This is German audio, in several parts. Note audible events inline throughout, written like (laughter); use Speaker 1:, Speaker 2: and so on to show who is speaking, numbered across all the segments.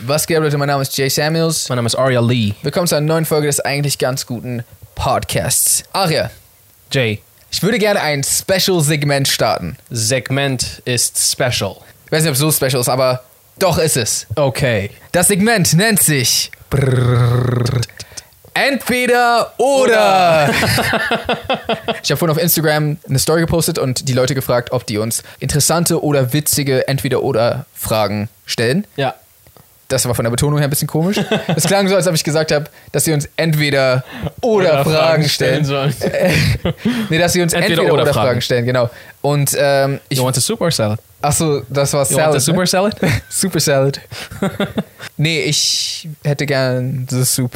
Speaker 1: Was geht, ab, Leute? Mein Name ist Jay Samuels.
Speaker 2: Mein Name ist Aria Lee.
Speaker 1: Willkommen zu einer neuen Folge des eigentlich ganz guten Podcasts. Aria,
Speaker 2: Jay,
Speaker 1: ich würde gerne ein Special-Segment starten.
Speaker 2: Segment ist special.
Speaker 1: Ich weiß nicht, ob es so special ist, aber doch ist es.
Speaker 2: Okay.
Speaker 1: Das Segment nennt sich Entweder oder. ich habe vorhin auf Instagram eine Story gepostet und die Leute gefragt, ob die uns interessante oder witzige Entweder oder Fragen stellen.
Speaker 2: Ja.
Speaker 1: Das war von der Betonung her ein bisschen komisch. Es klang so, als ob ich gesagt habe, dass sie uns entweder oder, Fragen stellen.
Speaker 2: sollen.
Speaker 1: (laughs) nee, dass sie uns entweder, oder, Fragen. stellen, genau. Und ähm, ich.
Speaker 2: You want a super salad?
Speaker 1: Achso, das war
Speaker 2: You want a
Speaker 1: Salad.
Speaker 2: super
Speaker 1: ne?
Speaker 2: salad?
Speaker 1: (laughs) Super Salad. nee, ich hätte gern The
Speaker 2: (laughs)
Speaker 1: Soup.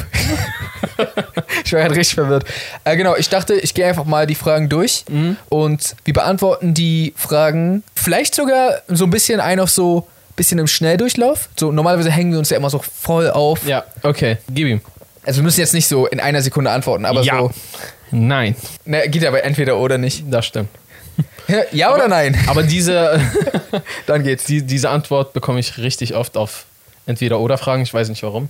Speaker 1: ich war gerade richtig verwirrt. Äh, genau, ich dachte, ich gehe einfach mal die Fragen durch
Speaker 2: Mhm.
Speaker 1: und wir beantworten die Fragen vielleicht sogar so ein bisschen ein auf so ein bisschen im Schnelldurchlauf. So normalerweise hängen wir uns ja immer so voll auf.
Speaker 2: ja, okay. Gib ihm.
Speaker 1: Also wir müssen jetzt nicht so in einer Sekunde antworten, aber
Speaker 2: ja.
Speaker 1: so.
Speaker 2: Nein,
Speaker 1: Ne, geht aber entweder oder nicht.
Speaker 2: das stimmt.
Speaker 1: Ja oder nein?
Speaker 2: Aber diese,
Speaker 1: (laughs) Dann geht's.
Speaker 2: die, diese Antwort bekomme ich richtig oft auf entweder oder Fragen. Ich weiß nicht warum.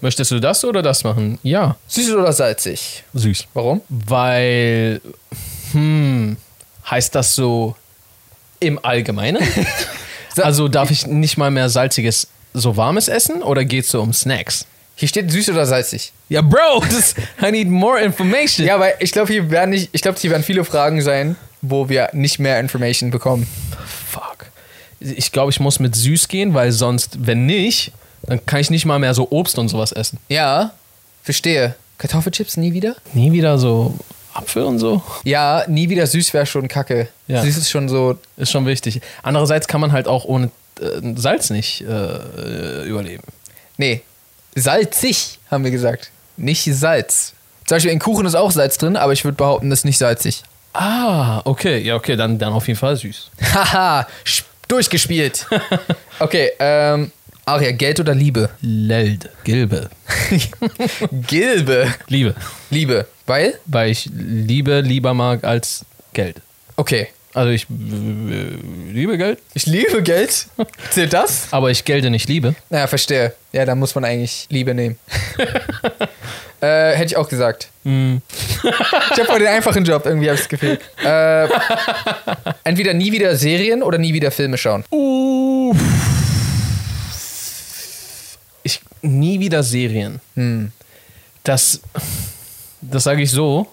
Speaker 2: Möchtest du das oder das machen? Ja.
Speaker 1: Süß oder salzig?
Speaker 2: Süß.
Speaker 1: Warum?
Speaker 2: Weil, hm, heißt das so im (laughs) Allgemeinen? also darf ich nicht mal mehr salziges, so warmes essen oder geht's so um Snacks?
Speaker 1: Hier steht süß oder salzig.
Speaker 2: Ja, Bro, das, I need more information.
Speaker 1: Ja, weil ich glaube, hier werden nicht, ich glaube, hier werden viele Fragen sein, wo wir nicht mehr Information bekommen.
Speaker 2: Fuck. Ich glaube, ich muss mit süß gehen, weil sonst, wenn nicht, dann kann ich nicht mal mehr so Obst und sowas essen.
Speaker 1: Ja, verstehe. Kartoffelchips nie wieder?
Speaker 2: Nie wieder so Apfel und so.
Speaker 1: Ja, nie wieder süß wäre schon kacke.
Speaker 2: Ja.
Speaker 1: Süß ist schon so.
Speaker 2: Ist schon wichtig. Andererseits kann man halt auch ohne äh, Salz nicht äh, überleben.
Speaker 1: Nee, salzig, haben wir gesagt. Nicht Salz. Zum Beispiel in Kuchen ist auch Salz drin, aber ich würde behaupten, das ist nicht salzig. (laughs)
Speaker 2: Ah, okay. Ja, okay, dann, dann auf jeden Fall süß.
Speaker 1: Haha, sch- (laughs) durchgespielt. Okay, ähm, Aria, Geld oder (laughs) Liebe?
Speaker 2: Leld. Gilbe.
Speaker 1: Gilbe.
Speaker 2: Liebe.
Speaker 1: Liebe. Weil?
Speaker 2: Weil ich Liebe lieber mag als Geld.
Speaker 1: Okay.
Speaker 2: Also ich äh, liebe Geld,
Speaker 1: Ich liebe Geld. Zählt das?
Speaker 2: aber ich Gelde nicht liebe.
Speaker 1: Ja, verstehe. Ja, da muss man eigentlich Liebe
Speaker 2: (laughs)
Speaker 1: nehmen. äh, hätte ich auch gesagt. ich habe heute den einfachen Job, irgendwie habe ich das Gefühl. Äh, entweder nie wieder Serien oder nie wieder Filme schauen.
Speaker 2: Uh, Ich nie wieder Serien. Das, das sage ich so.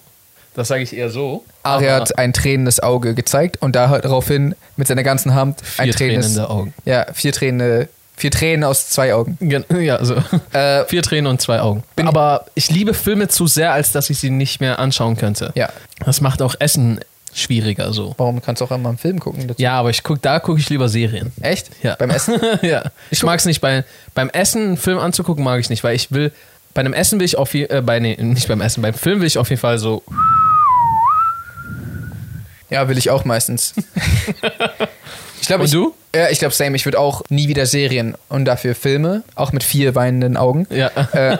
Speaker 2: Das sage ich eher so.
Speaker 1: Ari
Speaker 2: aber
Speaker 1: hat ein tränendes Auge gezeigt und daraufhin mit seiner ganzen Hand ein
Speaker 2: vier Tränen in
Speaker 1: tränendes
Speaker 2: der Augen.
Speaker 1: Ja, vier Tränen, vier Tränen aus zwei Augen.
Speaker 2: Gen- Ja, so.
Speaker 1: Äh,
Speaker 2: Vier Tränen und zwei Augen.
Speaker 1: Bin-
Speaker 2: aber ich liebe Filme zu sehr, als dass ich sie nicht mehr anschauen könnte.
Speaker 1: ja,
Speaker 2: Das macht auch Essen schwieriger so.
Speaker 1: warum kannst du auch immer einen Film gucken? dazu?
Speaker 2: Ja, aber ich guck, da gucke ich lieber Serien. (laughs)
Speaker 1: Echt?
Speaker 2: Ja.
Speaker 1: Beim Essen?
Speaker 2: ja. Ich mag es nicht. Bei, beim Essen einen Film anzugucken, mag ich nicht, weil ich will. Bei einem Essen will ich auf jeden äh, bei nee, nicht beim Essen, beim Film will ich auf jeden Fall so.
Speaker 1: Ja, will ich auch
Speaker 2: (laughs)
Speaker 1: meistens. ich glaub,
Speaker 2: Und
Speaker 1: ich,
Speaker 2: du?
Speaker 1: Ja, ich glaube, same. Ich würde auch nie wieder Serien und dafür Filme, auch mit vier weinenden Augen.
Speaker 2: Ja.
Speaker 1: Äh,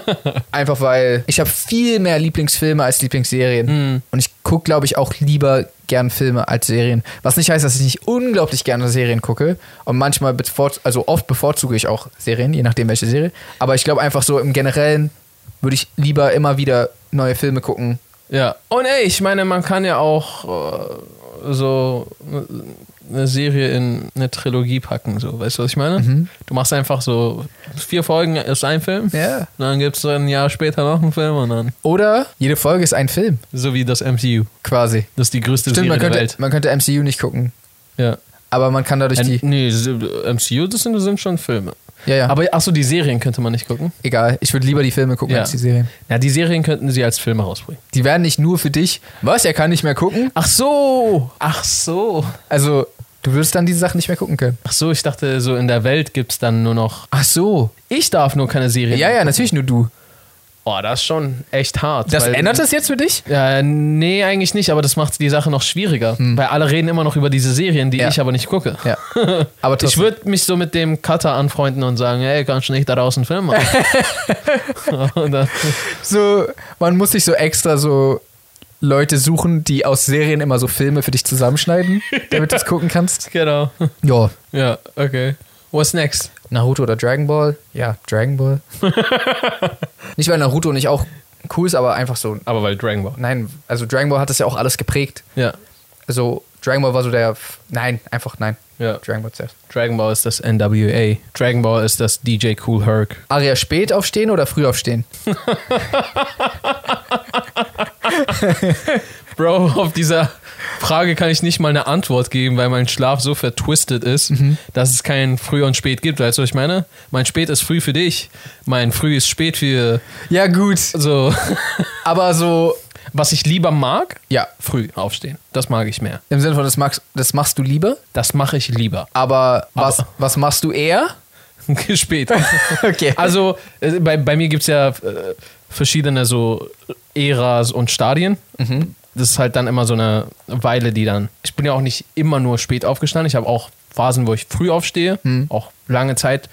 Speaker 1: einfach weil ich habe viel mehr Lieblingsfilme als Lieblingsserien.
Speaker 2: Hm.
Speaker 1: Und ich gucke, glaube ich, auch lieber gern Filme als Serien. Was nicht heißt, dass ich nicht unglaublich gerne Serien gucke. Und manchmal, bevor, also oft bevorzuge ich auch Serien, je nachdem welche Serie. Aber ich glaube einfach so im Generellen würde ich lieber immer wieder neue Filme gucken.
Speaker 2: Ja. Und ey, ich meine, man kann ja auch äh, so eine Serie in eine Trilogie packen, so. Weißt du, was ich meine?
Speaker 1: Mhm.
Speaker 2: Du machst einfach so vier Folgen ist ein Film.
Speaker 1: Ja.
Speaker 2: Und dann gibt es ein Jahr später noch einen Film und dann.
Speaker 1: Oder jede Folge ist ein Film,
Speaker 2: So wie das MCU.
Speaker 1: quasi.
Speaker 2: Das ist die größte
Speaker 1: Stimmt,
Speaker 2: Serie
Speaker 1: man
Speaker 2: der
Speaker 1: könnte,
Speaker 2: Welt.
Speaker 1: man könnte MCU nicht gucken,
Speaker 2: Ja.
Speaker 1: aber man kann dadurch
Speaker 2: Äh,
Speaker 1: die.
Speaker 2: nee, so- MCU, das sind, das sind schon Filme.
Speaker 1: Ja, ja.
Speaker 2: Aber achso, die Serien könnte man nicht gucken.
Speaker 1: egal, ich würde lieber die Filme gucken
Speaker 2: Ja.
Speaker 1: als die Serien.
Speaker 2: Ja, die Serien könnten sie als Filme rausbringen.
Speaker 1: Die werden nicht nur für dich. Was? Er kann nicht mehr gucken?
Speaker 2: Ach so, ach so.
Speaker 1: Also, du würdest dann diese Sachen nicht mehr gucken können.
Speaker 2: Ach so, ich dachte, so in der Welt gibt es dann nur noch.
Speaker 1: Ach so.
Speaker 2: Ich darf nur keine Serien.
Speaker 1: Ja, ja,
Speaker 2: gucken.
Speaker 1: natürlich nur du.
Speaker 2: Oh, das ist schon echt hart.
Speaker 1: Das
Speaker 2: weil-
Speaker 1: ändert das jetzt für dich?
Speaker 2: Ja, nee, eigentlich nicht, aber das macht die Sache noch schwieriger. Weil alle reden immer noch über diese Serien, die
Speaker 1: Hm. Ja.
Speaker 2: ich aber nicht gucke.
Speaker 1: (laughs) Ja. Aber
Speaker 2: Ich
Speaker 1: trotzdem.
Speaker 2: würde mich so mit dem Cutter anfreunden und sagen, ey, kannst du nicht daraus einen
Speaker 1: (laughs)
Speaker 2: Film machen? (laughs) und dann,
Speaker 1: so, man muss sich so extra so Leute suchen, die aus Serien immer so Filme für dich (laughs) zusammenschneiden, damit du es gucken kannst.
Speaker 2: Genau.
Speaker 1: Ja.
Speaker 2: Ja, okay. What's next?
Speaker 1: Naruto oder Dragon Ball? Ja, Dragon (laughs) Ball. nicht, weil Naruto nicht auch cool ist, aber einfach so.
Speaker 2: Aber weil Dragon Ball.
Speaker 1: Nein, also Dragon Ball hat das ja auch alles geprägt.
Speaker 2: Ja,
Speaker 1: Also Dragon Ball war so der. F- Nein, einfach nein.
Speaker 2: ja.
Speaker 1: Dragon Ball zuerst.
Speaker 2: Dragon Ball ist das NWA. Dragon Ball ist das DJ Cool Herc.
Speaker 1: Aria spät aufstehen oder früh aufstehen?
Speaker 2: Bro, (laughs) auf dieser Frage kann ich nicht mal eine Antwort geben, weil mein Schlaf so vertwistet ist, dass es kein Früh und Spät gibt. Weißt du, was ich meine? Mein Spät ist früh für dich. Mein Früh ist spät für
Speaker 1: Ja, gut.
Speaker 2: so. (laughs)
Speaker 1: Aber so.
Speaker 2: Was ich lieber mag,
Speaker 1: Ja,
Speaker 2: früh aufstehen. Das mag ich mehr.
Speaker 1: im Sinne von, das, magst, das machst du lieber,
Speaker 2: Das mache ich lieber. (laughs)
Speaker 1: aber was,
Speaker 2: Aber-
Speaker 1: was machst du eher?
Speaker 2: Spät.
Speaker 1: (laughs) Okay.
Speaker 2: Also äh, bei, bei mir gibt es ja äh, verschiedene so Äras und Stadien. Das ist halt dann immer so eine Weile, die dann. Ich bin ja auch nicht immer nur spät aufgestanden. Ich habe auch Phasen, wo ich früh aufstehe, auch lange Zeit.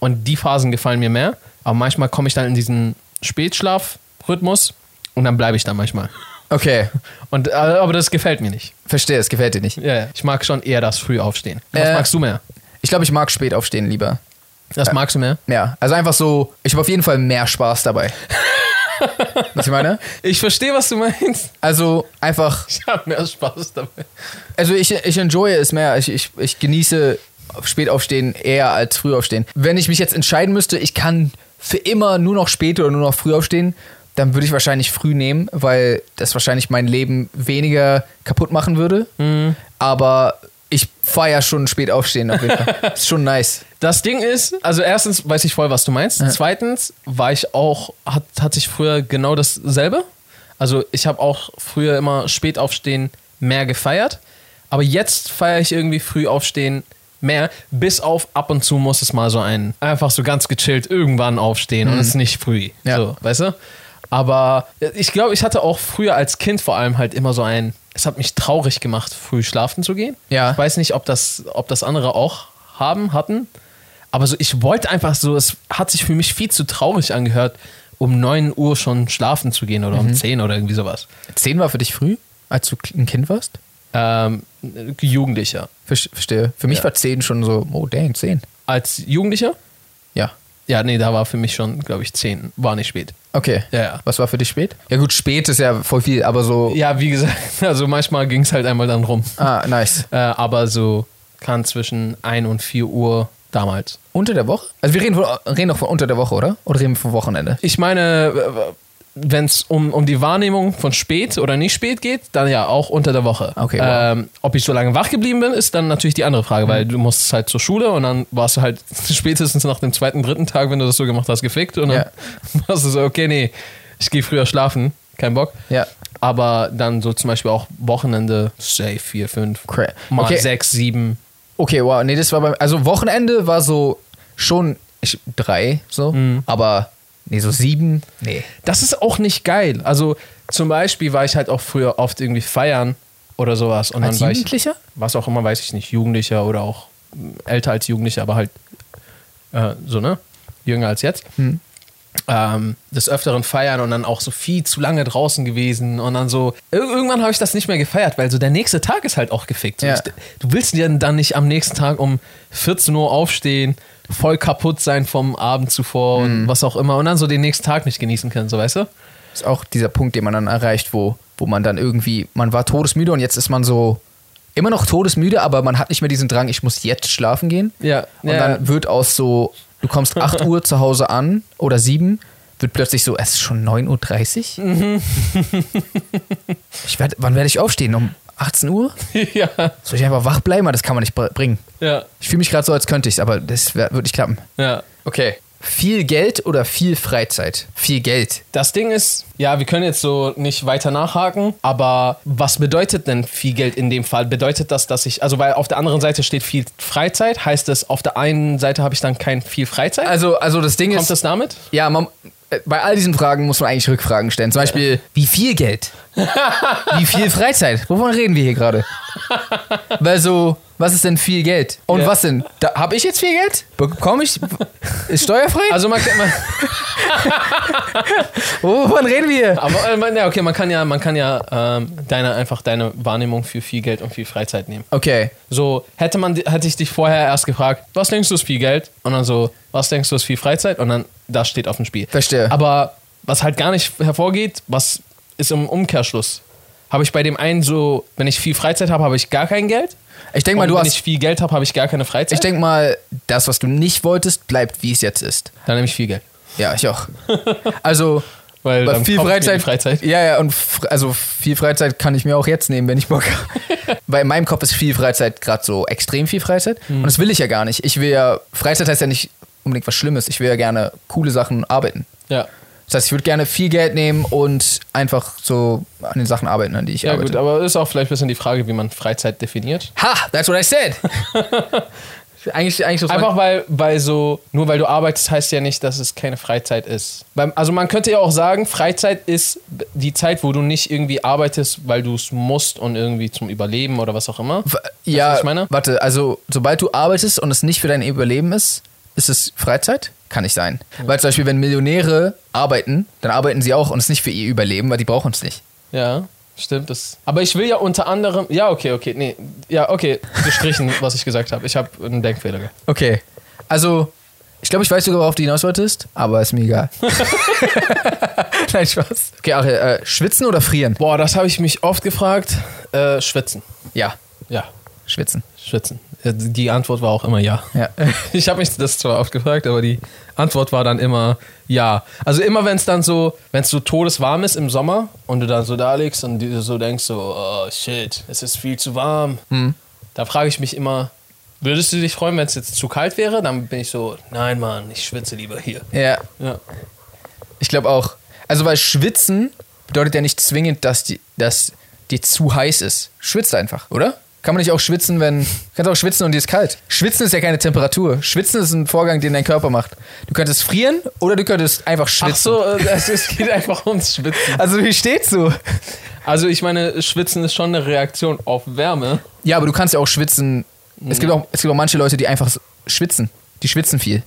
Speaker 2: Und die Phasen gefallen mir mehr. Aber manchmal komme ich dann in diesen Spätschlafrhythmus und dann bleibe ich da manchmal.
Speaker 1: Okay,
Speaker 2: Und, äh, aber das gefällt mir nicht.
Speaker 1: verstehe, es gefällt dir nicht.
Speaker 2: Ja, ja. ich mag schon eher das früh aufstehen. Was
Speaker 1: Äh,
Speaker 2: magst du mehr?
Speaker 1: Ich glaube, ich mag spät aufstehen lieber.
Speaker 2: Das magst du mehr?
Speaker 1: Ja, also einfach so, ich habe auf jeden Fall mehr Spaß (laughs) dabei. Was ich meine?
Speaker 2: Ich verstehe, was du meinst. (laughs)
Speaker 1: Also einfach,
Speaker 2: Ich habe mehr Spaß dabei.
Speaker 1: also ich, ich enjoye es mehr, ich, ich, ich genieße spät aufstehen eher als früh aufstehen. Wenn ich mich jetzt entscheiden müsste, ich kann für immer nur noch spät oder nur noch früh aufstehen, dann würde ich wahrscheinlich früh nehmen, weil das wahrscheinlich mein Leben weniger kaputt machen würde.
Speaker 2: Mhm.
Speaker 1: Aber ich feiere ja schon spät aufstehen auf jeden
Speaker 2: (laughs)
Speaker 1: Fall. Ist schon nice.
Speaker 2: Das Ding ist, also erstens weiß ich voll, was du meinst. Zweitens war ich auch, hat, hatte ich früher genau dasselbe. Also ich habe auch früher immer spät aufstehen mehr gefeiert. Aber jetzt feiere ich irgendwie früh aufstehen mehr. Bis auf ab und zu muss es mal so ein, einfach so ganz gechillt irgendwann aufstehen und es ist nicht früh.
Speaker 1: Ja.
Speaker 2: So, weißt du? Aber ich glaube, ich hatte auch früher als Kind vor allem halt immer so ein, es hat mich traurig gemacht, früh schlafen zu gehen.
Speaker 1: Ja.
Speaker 2: Ich weiß nicht, ob das, ob das andere auch haben, hatten. Aber so, ich wollte einfach so, es hat sich für mich viel zu traurig angehört, um 9 Uhr schon schlafen zu gehen oder um 10 oder irgendwie sowas.
Speaker 1: Zehn war für dich früh, als du ein Kind warst?
Speaker 2: Ähm, Jugendlicher.
Speaker 1: Versch- Verstehe. Für mich
Speaker 2: Ja.
Speaker 1: war 10 schon so, oh dang, 10.
Speaker 2: Als Jugendlicher?
Speaker 1: Ja.
Speaker 2: Ja, nee, da war für mich schon, glaube ich, 10. War nicht spät.
Speaker 1: Okay.
Speaker 2: Ja, ja.
Speaker 1: Was war für dich spät? Ja gut, spät ist ja voll viel, aber so.
Speaker 2: Ja, wie gesagt, (laughs) also manchmal ging es halt einmal dann rum.
Speaker 1: Ah, nice.
Speaker 2: Äh, aber so kann zwischen 1 und 4 Uhr damals.
Speaker 1: Unter der Woche? Also wir reden, von, reden doch von unter der Woche, oder? Oder reden wir vom Wochenende?
Speaker 2: Ich meine, wenn es um, um die Wahrnehmung von spät oder nicht spät geht, dann ja auch unter der Woche.
Speaker 1: Okay, wow. Mhm.
Speaker 2: ähm, ob ich so lange wach geblieben bin, ist dann natürlich die andere Frage, weil du musst halt zur Schule und dann warst du halt (laughs) spätestens nach dem zweiten, dritten Tag, wenn du das so gemacht hast, gefickt und dann (laughs) warst du so, okay, nee, ich gehe früher schlafen, kein Bock.
Speaker 1: Ja.
Speaker 2: Aber dann so zum Beispiel auch Wochenende, say 4, 5,
Speaker 1: Crap.
Speaker 2: mal
Speaker 1: Okay.
Speaker 2: 6, 7.
Speaker 1: Okay, wow. Nee, das war beim. Also Wochenende war so schon ich, drei, so. Aber nee, so sieben. Nee.
Speaker 2: das ist auch nicht geil. Also zum Beispiel war ich halt auch früher oft irgendwie feiern oder sowas. Und
Speaker 1: Als
Speaker 2: dann war
Speaker 1: Jugendlicher?
Speaker 2: Ich, was auch immer, weiß ich nicht, Jugendlicher oder auch älter als Jugendlicher, aber halt äh, so, ne? Jünger als jetzt.
Speaker 1: Hm.
Speaker 2: Ähm, des Öfteren feiern und dann auch so viel zu lange draußen gewesen und dann so. Ir irgendwann habe ich das nicht mehr gefeiert, weil so der nächste Tag ist halt auch gefickt. So,
Speaker 1: Ja.
Speaker 2: ich, du willst dir dann nicht am nächsten Tag um 14 Uhr aufstehen, voll kaputt sein vom Abend
Speaker 1: Hm.
Speaker 2: zuvor und was auch immer und dann so den nächsten Tag nicht genießen können, so weißt du?
Speaker 1: Ist auch dieser Punkt, den man dann erreicht, wo, wo man dann irgendwie, man war todesmüde und jetzt ist man so immer noch todesmüde, aber man hat nicht mehr diesen Drang, ich muss jetzt schlafen gehen.
Speaker 2: Ja,
Speaker 1: Und
Speaker 2: ja.
Speaker 1: dann wird aus so, du kommst (laughs) 8 Uhr zu Hause an oder 7, wird plötzlich so, es ist schon 9.30 Uhr. ich werd, wann werde ich aufstehen? Um 18 Uhr?
Speaker 2: (laughs) ja,
Speaker 1: Soll ich einfach wach bleiben? Aber Das kann man nicht br- bringen.
Speaker 2: ja,
Speaker 1: Ich fühle mich gerade so, als könnte ich es, aber das wär- wird nicht klappen.
Speaker 2: ja.
Speaker 1: Okay. Viel Geld oder viel Freizeit? Viel Geld.
Speaker 2: Das Ding ist, ja, wir können jetzt so nicht weiter nachhaken, aber was bedeutet denn viel Geld in dem Fall? Bedeutet das, dass ich, also weil auf der anderen Seite steht viel Freizeit, heißt es, auf der einen Seite habe ich dann kein viel Freizeit?
Speaker 1: Also, also das Ding
Speaker 2: Kommt
Speaker 1: ist.
Speaker 2: das damit?
Speaker 1: Ja, man, äh, bei all diesen Fragen muss man eigentlich
Speaker 2: (laughs)
Speaker 1: Rückfragen stellen. Zum Beispiel, wie viel Geld? Wie viel Freizeit? Wovon reden wir hier gerade? Weil so, was ist denn viel Geld? Und
Speaker 2: Ja.
Speaker 1: was denn? Da, hab ich jetzt viel Geld? Bekomme ich? Ist steuerfrei?
Speaker 2: Also man, kann- man,
Speaker 1: Wovon reden wir?
Speaker 2: aber äh, man, ja, okay, man kann ja, man kann ja ähm, deine einfach deine Wahrnehmung für viel Geld und viel Freizeit nehmen.
Speaker 1: Okay.
Speaker 2: So hätte man, hätte ich dich vorher erst gefragt, was denkst du ist viel Geld? Und dann so, was denkst du ist viel Freizeit? Und dann das steht auf dem Spiel.
Speaker 1: Verstehe.
Speaker 2: Aber was halt gar nicht hervorgeht, was ist im Umkehrschluss? Habe ich bei dem einen so, wenn ich viel Freizeit habe, habe ich gar kein Geld?
Speaker 1: Ich denke
Speaker 2: Und
Speaker 1: mal, du
Speaker 2: wenn
Speaker 1: hast.
Speaker 2: ich viel Geld habe, habe ich gar keine Freizeit?
Speaker 1: Ich denke mal, das, was du nicht wolltest, bleibt wie es jetzt ist.
Speaker 2: dann nehme ich viel Geld.
Speaker 1: Ja, ich auch. Also,
Speaker 2: Weil
Speaker 1: bei
Speaker 2: dann
Speaker 1: viel
Speaker 2: kaufe ich mir die
Speaker 1: Freizeit,
Speaker 2: Freizeit.
Speaker 1: Ja, ja, und fr- also viel Freizeit kann ich mir auch jetzt nehmen, wenn ich Bock
Speaker 2: (laughs)
Speaker 1: habe. Weil in meinem Kopf ist viel Freizeit gerade so extrem viel Freizeit.
Speaker 2: Mhm.
Speaker 1: Und das will ich ja gar nicht. Ich will ja, Freizeit heißt ja nicht unbedingt was Schlimmes. Ich will ja gerne coole Sachen arbeiten.
Speaker 2: Ja.
Speaker 1: Das heißt, ich würde gerne viel Geld nehmen und einfach so an den Sachen arbeiten, an die ich
Speaker 2: Ja,
Speaker 1: arbeite.
Speaker 2: gut, aber ist auch vielleicht ein bisschen die Frage, wie man Freizeit definiert.
Speaker 1: ha, that's what I
Speaker 2: (laughs)
Speaker 1: said. eigentlich, eigentlich muss man-
Speaker 2: Einfach weil, weil so, nur weil du arbeitest, heißt ja nicht, dass es keine Freizeit ist. Beim- Also man könnte ja auch sagen, Freizeit ist die Zeit, wo du nicht irgendwie arbeitest, weil du es musst und irgendwie zum Überleben oder was auch immer.
Speaker 1: W- Ja,
Speaker 2: was ich meine?
Speaker 1: warte, also sobald du arbeitest und es nicht für dein Überleben ist, ist es Freizeit? Kann nicht sein. Weil zum Beispiel, wenn Millionäre arbeiten, dann arbeiten sie auch und es ist nicht für ihr Überleben, weil die brauchen es nicht.
Speaker 2: Ja, stimmt. Das. Aber ich will ja unter anderem, ja, okay, okay, nee, ja, okay, gestrichen, was ich gesagt habe. Ich habe einen Denkfehler. ge-
Speaker 1: Okay. Also, ich glaube, ich weiß sogar, worauf du hinaus wolltest, aber ist mir egal. Nein, Spaß. Okay, Ariel, äh, schwitzen oder frieren?
Speaker 2: Boah, das habe ich mich oft gefragt. Äh, schwitzen.
Speaker 1: Ja,
Speaker 2: Ja,
Speaker 1: schwitzen.
Speaker 2: schwitzen. Äh, Die Antwort war auch immer ja.
Speaker 1: Ja.
Speaker 2: (laughs) Ich habe mich das zwar oft gefragt, aber die Antwort war dann immer ja. Also immer wenn es dann so, wenn es so todeswarm ist im Sommer und du dann so da liegst und du so denkst so, oh shit, es ist viel zu warm. Da frage ich mich immer, würdest du dich freuen, wenn es jetzt zu kalt wäre? Dann bin ich so, nein Mann, ich schwitze lieber hier.
Speaker 1: Ja,
Speaker 2: Ja.
Speaker 1: ich glaube auch. Also, weil schwitzen bedeutet ja nicht zwingend, dass die, dass die zu heiß ist. Schwitzt einfach, oder? Kann man nicht auch schwitzen, wenn. Kannst auch schwitzen und dir ist kalt. Schwitzen ist ja keine Temperatur. Schwitzen ist ein Vorgang, den dein Körper macht. Du könntest frieren oder du könntest einfach schwitzen.
Speaker 2: Ach so, äh, es es geht (laughs) einfach ums Schwitzen.
Speaker 1: Also, wie steht's so?
Speaker 2: Also ich meine, Schwitzen ist schon eine Reaktion auf Wärme.
Speaker 1: Ja, aber du kannst ja auch schwitzen. Es, gibt auch, es gibt auch manche Leute, die einfach so schwitzen. Die schwitzen viel.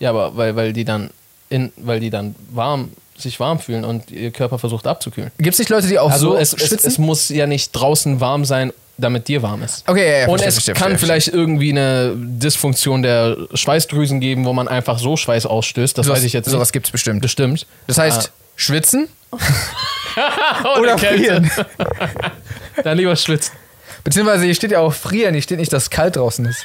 Speaker 2: Ja, aber weil, weil die dann in, weil die dann warm, sich warm fühlen und ihr Körper versucht abzukühlen.
Speaker 1: Gibt es nicht Leute, die auch
Speaker 2: Also
Speaker 1: so
Speaker 2: es, es,
Speaker 1: schwitzen?
Speaker 2: es muss ja nicht draußen warm sein, damit dir warm ist.
Speaker 1: okay, ja, ja,
Speaker 2: Und
Speaker 1: verstehe,
Speaker 2: es
Speaker 1: verstehe,
Speaker 2: kann
Speaker 1: verstehe,
Speaker 2: vielleicht irgendwie eine Dysfunktion der Schweißdrüsen geben, wo man einfach so Schweiß ausstößt. Das
Speaker 1: verstehe.
Speaker 2: weiß ich jetzt
Speaker 1: Sowas
Speaker 2: nicht.
Speaker 1: gibt's bestimmt.
Speaker 2: bestimmt.
Speaker 1: Das heißt,
Speaker 2: Ah.
Speaker 1: (laughs) schwitzen
Speaker 2: Oh,
Speaker 1: oder
Speaker 2: die Kälte.
Speaker 1: frieren.
Speaker 2: Dann lieber schwitzen.
Speaker 1: Beziehungsweise hier steht ja auch frieren, hier steht nicht, dass es kalt draußen (laughs) ist.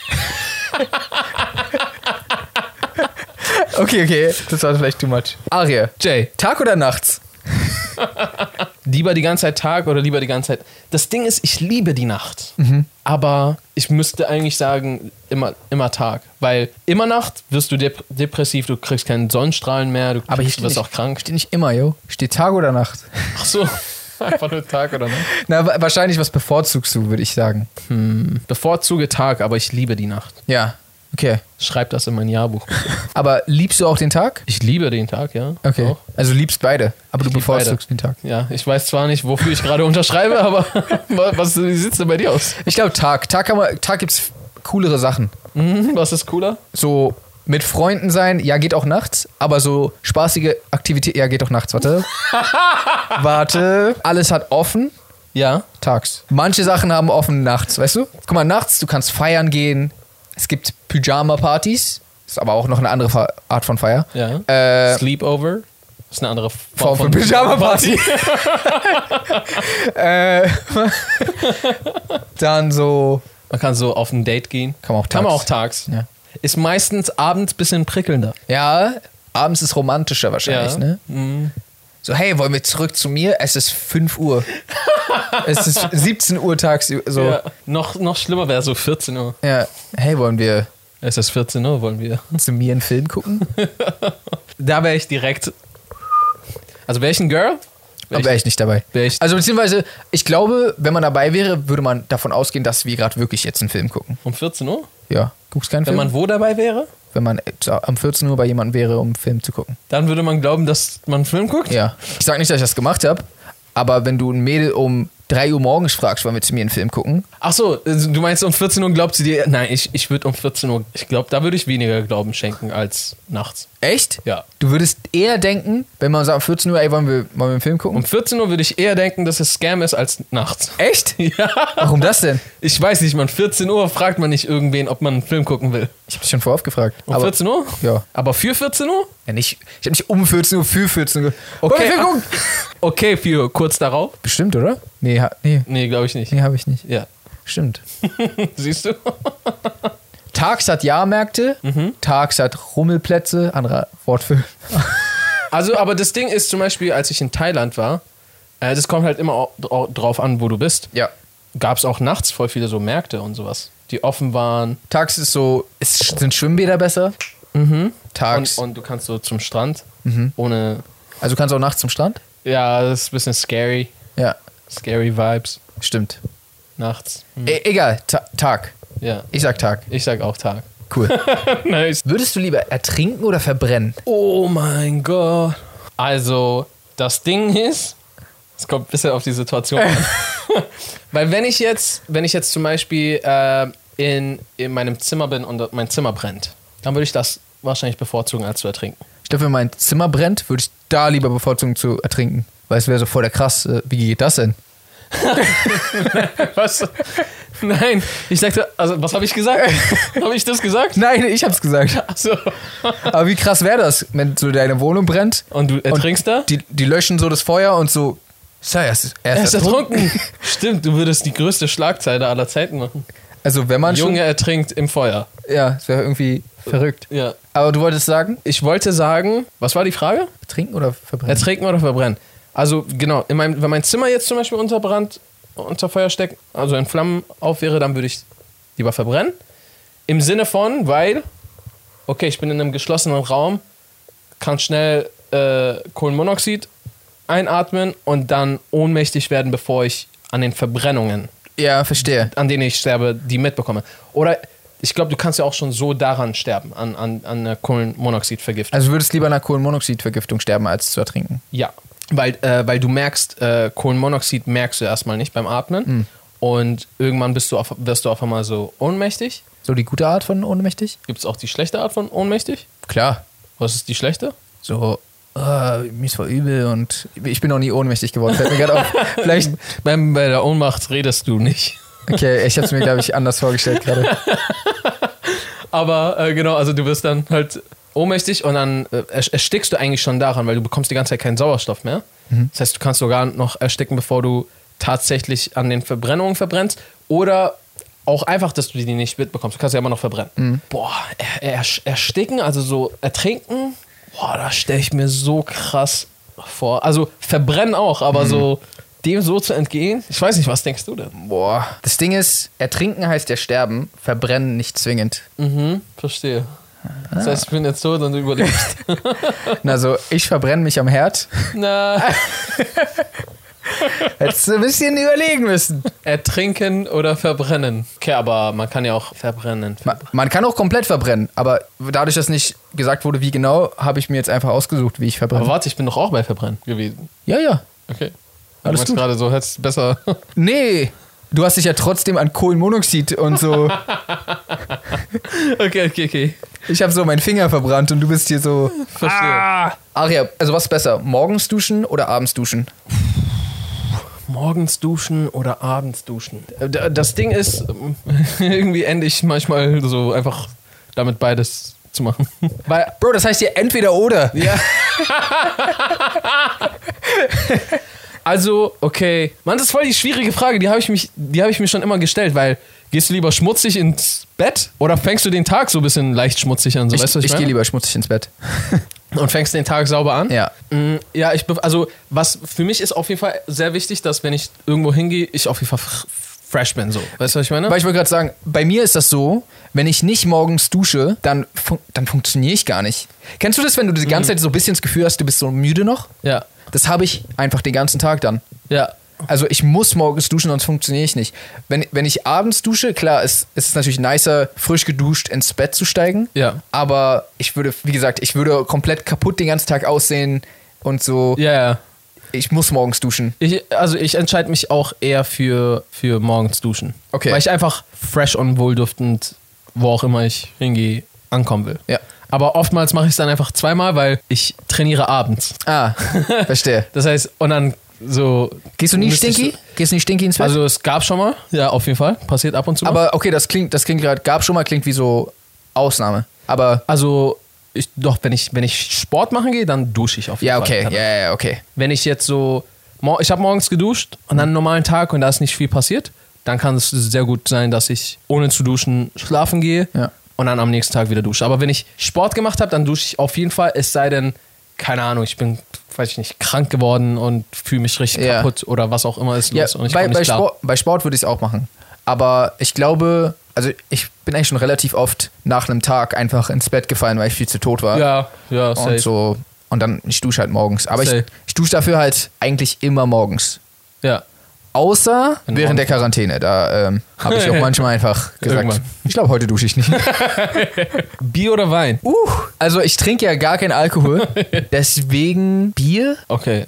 Speaker 1: okay, okay, das war vielleicht too much. Arie,
Speaker 2: Jay,
Speaker 1: Tag oder nachts?
Speaker 2: lieber die ganze Zeit Tag oder lieber die ganze Zeit. Das Ding ist, ich liebe die Nacht.
Speaker 1: Mhm.
Speaker 2: Aber ich müsste eigentlich sagen, immer, immer Tag. Weil immer Nacht wirst du dep depressiv, du kriegst keinen Sonnenstrahlen mehr, du,
Speaker 1: Aber hier
Speaker 2: kriegst-
Speaker 1: steht
Speaker 2: wirst
Speaker 1: nicht-
Speaker 2: auch krank.
Speaker 1: Steht nicht immer, yo. Steht Tag oder Nacht? (laughs)
Speaker 2: Ach so, einfach nur Tag oder Nacht.
Speaker 1: Na, wa- wahrscheinlich was bevorzugst du, würde ich sagen.
Speaker 2: Bevorzuge Tag, aber ich liebe die Nacht.
Speaker 1: Ja, okay.
Speaker 2: Schreib das in mein Jahrbuch.
Speaker 1: Aber liebst du auch den Tag?
Speaker 2: Ich liebe den Tag, ja.
Speaker 1: Okay.
Speaker 2: Auch.
Speaker 1: Also du liebst beide, aber du
Speaker 2: lieb
Speaker 1: bevorzugst den Tag.
Speaker 2: Ja, ich weiß zwar nicht, wofür ich gerade (laughs) unterschreibe, aber was, wie sieht's denn bei dir aus?
Speaker 1: Ich glaube Tag. Tag, kann man, Tag gibt's coolere Sachen.
Speaker 2: Mhm, was ist cooler?
Speaker 1: so mit Freunden sein, ja, geht auch nachts, aber so spaßige Aktivität, ja, geht auch nachts, (laughs) warte. warte. Alles hat offen,
Speaker 2: Ja.
Speaker 1: tags. Manche Sachen haben offen nachts, weißt du? Guck mal, nachts, du kannst feiern gehen. Es gibt Pyjama-Partys, ist aber auch noch eine andere Fa- Art von Feier.
Speaker 2: Ja.
Speaker 1: Äh,
Speaker 2: Sleepover ist eine andere
Speaker 1: Form von Pyjama-Party. (laughs) äh, dann so,
Speaker 2: Man kann so auf ein Date gehen.
Speaker 1: Kann man auch
Speaker 2: Kann man
Speaker 1: tags.
Speaker 2: auch tags.
Speaker 1: Ja.
Speaker 2: Ist meistens abends ein bisschen prickelnder.
Speaker 1: ja, abends ist romantischer wahrscheinlich,
Speaker 2: Ja. Mhm.
Speaker 1: ne? So, hey, wollen wir zurück zu mir? Es ist 5
Speaker 2: (laughs)
Speaker 1: Uhr. es ist 17 Uhr tagsüber. So, ja.
Speaker 2: Ja. Noch, noch schlimmer wäre so 14 Uhr.
Speaker 1: hey, wollen wir
Speaker 2: Es ist 14 Uhr, wollen wir.
Speaker 1: zu mir einen Film
Speaker 2: (laughs)
Speaker 1: gucken?
Speaker 2: Da wäre ich direkt. Also wäre ich ein Girl?
Speaker 1: Da wäre ich nicht dabei.
Speaker 2: Wär ich-
Speaker 1: Also, beziehungsweise, ich glaube, wenn man dabei wäre, würde man davon ausgehen, dass wir gerade wirklich jetzt einen Film gucken.
Speaker 2: Um 14 Uhr?
Speaker 1: Ja, guckst keinen
Speaker 2: Wenn
Speaker 1: Film?
Speaker 2: man wo dabei wäre,
Speaker 1: wenn man äh, am 14 Uhr bei jemandem wäre, um einen Film zu gucken.
Speaker 2: dann würde man glauben, dass man einen Film guckt.
Speaker 1: Ja. Ich sag nicht, dass ich das gemacht habe, aber wenn du ein Mädel um 3 Uhr morgens fragst, wollen wir zu mir einen Film gucken?
Speaker 2: Ach so, also du meinst um 14 Uhr glaubt sie dir? Nein, ich, ich würde um 14 Uhr, ich glaube, da würde ich weniger Glauben schenken als nachts.
Speaker 1: Echt?
Speaker 2: Ja.
Speaker 1: Du würdest eher denken, wenn man sagt, um 14 Uhr, ey, wollen wir, wollen wir einen Film gucken?
Speaker 2: Um 14 Uhr würde ich eher denken, dass es Scam ist als nachts. (laughs)
Speaker 1: Echt?
Speaker 2: Ja.
Speaker 1: (laughs) Warum das denn?
Speaker 2: Ich weiß nicht, man 14 Uhr fragt man nicht irgendwen, ob man einen Film gucken will.
Speaker 1: Ich habe dich schon vorab gefragt.
Speaker 2: Um 14 Uhr?
Speaker 1: Ja.
Speaker 2: Aber für 14 Uhr?
Speaker 1: ja nicht, ich habe nicht um 14 Uhr, für 14 Uhr.
Speaker 2: Okay. Ah.
Speaker 1: Wollen wir einen Film gucken?
Speaker 2: Okay, für kurz darauf?
Speaker 1: Bestimmt, oder? Nee, ha, nee,
Speaker 2: Nee, glaube ich nicht.
Speaker 1: nee habe ich nicht.
Speaker 2: Ja. (laughs)
Speaker 1: Stimmt.
Speaker 2: Siehst du?
Speaker 1: Tags hat Jahrmärkte,
Speaker 2: Mhm.
Speaker 1: tags hat Rummelplätze, anderer Wort für.
Speaker 2: Also, aber das Ding ist zum Beispiel, als ich in Thailand war, äh, das kommt halt immer au- drau- drauf an, wo du bist.
Speaker 1: Ja.
Speaker 2: Gab es auch nachts voll viele so Märkte und sowas, die offen waren.
Speaker 1: Tags ist so, ist, sind Schwimmbäder besser? Mhm.
Speaker 2: Und,
Speaker 1: Tags.
Speaker 2: und du kannst so zum Strand ohne.
Speaker 1: also du kannst auch nachts zum Strand?
Speaker 2: Ja, das ist ein bisschen scary.
Speaker 1: Ja,
Speaker 2: Scary Vibes
Speaker 1: stimmt.
Speaker 2: nachts. Hm,
Speaker 1: E egal, Ta Tag.
Speaker 2: Ja.
Speaker 1: Ich sag Tag.
Speaker 2: Ich sag auch Tag. (laughs)
Speaker 1: Cool.
Speaker 2: nice.
Speaker 1: Würdest du lieber ertrinken oder verbrennen?
Speaker 2: Oh mein Gott. Also, das Ding ist, es kommt ein bisschen auf die Situation (laughs) an. Weil wenn ich jetzt, wenn ich jetzt zum Beispiel äh, in, in meinem Zimmer bin und mein Zimmer brennt, dann würde ich das wahrscheinlich bevorzugen, als zu ertrinken.
Speaker 1: Ich glaube, wenn mein Zimmer brennt, würde ich da lieber bevorzugen zu ertrinken. Weil es wäre so voll der krass. äh, Wie geht das denn?
Speaker 2: (laughs)
Speaker 1: (laughs)
Speaker 2: Was? (laughs) Nein, ich sagte, also was habe ich (laughs) gesagt? habe ich das gesagt?
Speaker 1: Nein, ich hab's gesagt.
Speaker 2: Achso.
Speaker 1: Aber wie krass wäre das, wenn so deine Wohnung brennt?
Speaker 2: Und du ertrinkst da?
Speaker 1: Die, die löschen so das Feuer und so. Sir, er ist, er ist,
Speaker 2: Er ist
Speaker 1: ertrunken.
Speaker 2: ertrunken. (laughs) Stimmt, du würdest die größte Schlagzeile aller Zeiten machen.
Speaker 1: Also wenn man
Speaker 2: Junge ertrinkt im Feuer.
Speaker 1: schon. Ja, es wäre irgendwie verrückt.
Speaker 2: Ja.
Speaker 1: Aber du wolltest sagen,
Speaker 2: Ich wollte sagen, was war die Frage?
Speaker 1: ertrinken oder verbrennen?
Speaker 2: Ertrinken oder verbrennen? Also genau, in meinem, wenn mein Zimmer jetzt zum Beispiel unter Brand, unter Feuer steckt, also in Flammen auf wäre, dann würde ich lieber verbrennen. Im Sinne von, weil, okay, ich bin in einem geschlossenen Raum, kann schnell äh, Kohlenmonoxid einatmen und dann ohnmächtig werden, bevor ich an den Verbrennungen,
Speaker 1: ja, verstehe.
Speaker 2: an denen ich sterbe, die mitbekomme. Oder ich glaube, du kannst ja auch schon so daran sterben, an, an, an einer Kohlenmonoxidvergiftung.
Speaker 1: Also du würdest lieber einer Kohlenmonoxidvergiftung sterben, als zu ertrinken.
Speaker 2: Ja, weil, äh, weil du merkst, äh, Kohlenmonoxid merkst du erstmal nicht beim Atmen. Und irgendwann bist du auf, wirst du auf einmal so ohnmächtig.
Speaker 1: So die gute Art von ohnmächtig?
Speaker 2: Gibt es auch die schlechte Art von ohnmächtig?
Speaker 1: Klar.
Speaker 2: Was ist die schlechte?
Speaker 1: So, äh, mir ist voll übel und ich bin noch nie ohnmächtig geworden. Fällt mir gerade auf. Vielleicht,
Speaker 2: Beim, bei der Ohnmacht redest du nicht.
Speaker 1: okay, ich habe es mir, glaube ich, anders vorgestellt gerade.
Speaker 2: Aber äh, genau, also du wirst dann halt ohnmächtig und dann äh, ersch- erstickst du eigentlich schon daran, weil du bekommst die ganze Zeit keinen Sauerstoff mehr. Das heißt, du kannst sogar noch ersticken, bevor du tatsächlich an den Verbrennungen verbrennst. Oder auch einfach, dass du die nicht mitbekommst. Du kannst ja immer noch verbrennen. Boah, er, ersch- ersticken, also so ertrinken, boah, da stelle ich mir so krass vor. Also verbrennen auch, aber so dem so zu entgehen, ich weiß nicht, was denkst du denn?
Speaker 1: Boah. Das Ding ist, ertrinken heißt ja sterben, verbrennen nicht zwingend.
Speaker 2: Mhm, verstehe. Das heißt, ich bin jetzt tot und du (laughs) überlebst.
Speaker 1: Also ich verbrenne mich am Herd.
Speaker 2: Na.
Speaker 1: Hättest du ein bisschen überlegen müssen.
Speaker 2: Ertrinken oder verbrennen. Okay, aber man kann ja auch verbrennen.
Speaker 1: Man, man kann auch komplett verbrennen, aber dadurch, dass nicht gesagt wurde, wie genau, habe ich mir jetzt einfach ausgesucht, wie ich
Speaker 2: Aber
Speaker 1: verbrenne.
Speaker 2: warte, ich bin doch auch bei verbrennen gewesen.
Speaker 1: Ja, ja.
Speaker 2: Okay.
Speaker 1: Alles
Speaker 2: du meinst
Speaker 1: gut.
Speaker 2: gerade so, hättest besser. (laughs)
Speaker 1: Nee. Du hast dich ja trotzdem an Kohlenmonoxid und so.
Speaker 2: okay, okay, okay.
Speaker 1: Ich habe so meinen Finger verbrannt und du bist hier so.
Speaker 2: Verstehe.
Speaker 1: Aria, also was ist besser? Morgens duschen oder abends duschen?
Speaker 2: Morgens duschen oder abends duschen. Äh, d- Das Ding ist, (laughs) ähm, irgendwie ende ich manchmal so einfach damit beides zu machen. (laughs)
Speaker 1: Weil, Bro, das heißt hier entweder oder.
Speaker 2: Ja. also, okay. Mann, das ist voll die schwierige Frage. Die habe ich, mich- die habe ich mir schon immer gestellt, weil gehst du lieber schmutzig ins Bett oder fängst du den Tag so ein bisschen leicht schmutzig an? So,
Speaker 1: Ich,
Speaker 2: weißt du, was
Speaker 1: ich
Speaker 2: ich
Speaker 1: gehe
Speaker 2: meine?
Speaker 1: lieber schmutzig ins Bett.
Speaker 2: Und fängst den Tag sauber an?
Speaker 1: Ja.
Speaker 2: Mm, Ja, ich, bef- also, was für mich ist auf jeden Fall sehr wichtig, dass wenn ich irgendwo hingehe, ich auf jeden Fall fr- fresh bin. So. Weißt du, was ich meine?
Speaker 1: Weil ich wollte gerade sagen, bei mir ist das so, wenn ich nicht morgens dusche, dann, fun dann funktioniere ich gar nicht. Kennst du das, wenn du die
Speaker 2: Mhm.
Speaker 1: ganze Zeit so ein bisschen das Gefühl hast, du bist so müde noch?
Speaker 2: ja.
Speaker 1: Das habe ich einfach den ganzen Tag dann.
Speaker 2: Ja.
Speaker 1: Also ich muss morgens duschen, sonst funktioniere ich nicht. Wenn, wenn ich abends dusche, klar, es, es ist natürlich nicer, frisch geduscht ins Bett zu steigen.
Speaker 2: Ja.
Speaker 1: Aber ich würde, wie gesagt, ich würde komplett kaputt den ganzen Tag aussehen und so.
Speaker 2: Ja, ja.
Speaker 1: ich muss morgens duschen.
Speaker 2: Ich, also ich entscheide mich auch eher für, für morgens duschen.
Speaker 1: Okay.
Speaker 2: Weil ich einfach fresh und wohlduftend, wo auch immer ich hingehe, ankommen will.
Speaker 1: Ja.
Speaker 2: Aber oftmals mache ich es dann einfach zweimal, weil ich trainiere abends. (laughs)
Speaker 1: (laughs) Ah, verstehe.
Speaker 2: Das heißt, und dann so.
Speaker 1: Gehst du nie
Speaker 2: müsste ich
Speaker 1: stinky?
Speaker 2: so-
Speaker 1: Gehst du nie stinky ins Bett?
Speaker 2: Also es gab schon mal, ja, auf jeden Fall. Passiert ab und zu. mal.
Speaker 1: aber okay, das klingt, das klingt gerade, gab schon mal, klingt wie so Ausnahme. Aber,
Speaker 2: also ich, doch, wenn ich, wenn ich Sport machen gehe, dann dusche ich auf jeden
Speaker 1: ja,
Speaker 2: Fall.
Speaker 1: okay, ja, ja, ja, okay.
Speaker 2: Wenn ich jetzt so, mor- ich habe morgens geduscht und dann einen normalen Tag und da ist nicht viel passiert, dann kann es sehr gut sein, dass ich ohne zu duschen schlafen gehe
Speaker 1: Ja.
Speaker 2: und dann am nächsten Tag wieder dusche. Aber wenn ich Sport gemacht habe, dann dusche ich auf jeden Fall, es sei denn, keine Ahnung, ich bin, weiß ich nicht, krank geworden und fühle mich richtig
Speaker 1: Ja.
Speaker 2: kaputt oder was auch immer ist
Speaker 1: Ja,
Speaker 2: los und ich
Speaker 1: bei,
Speaker 2: komm nicht
Speaker 1: bei,
Speaker 2: klar.
Speaker 1: Sport, bei Sport würde ich es auch machen. Aber ich glaube, also ich bin eigentlich schon relativ oft nach einem Tag einfach ins Bett gefallen, weil ich viel zu tot war.
Speaker 2: Ja, ja, safe.
Speaker 1: und so. Und dann, ich dusche halt morgens. Aber ich,
Speaker 2: Safe.
Speaker 1: ich dusche dafür halt eigentlich immer morgens.
Speaker 2: Ja.
Speaker 1: Außer
Speaker 2: In
Speaker 1: während
Speaker 2: Ordnung.
Speaker 1: der Quarantäne. Da ähm, habe (laughs) ich auch manchmal einfach gesagt,
Speaker 2: Irgendwann.
Speaker 1: ich glaube, heute dusche ich nicht.
Speaker 2: Bier oder Wein?
Speaker 1: (laughs) Uh, also ich trinke ja gar keinen (laughs) Alkohol. Deswegen Bier?
Speaker 2: Okay,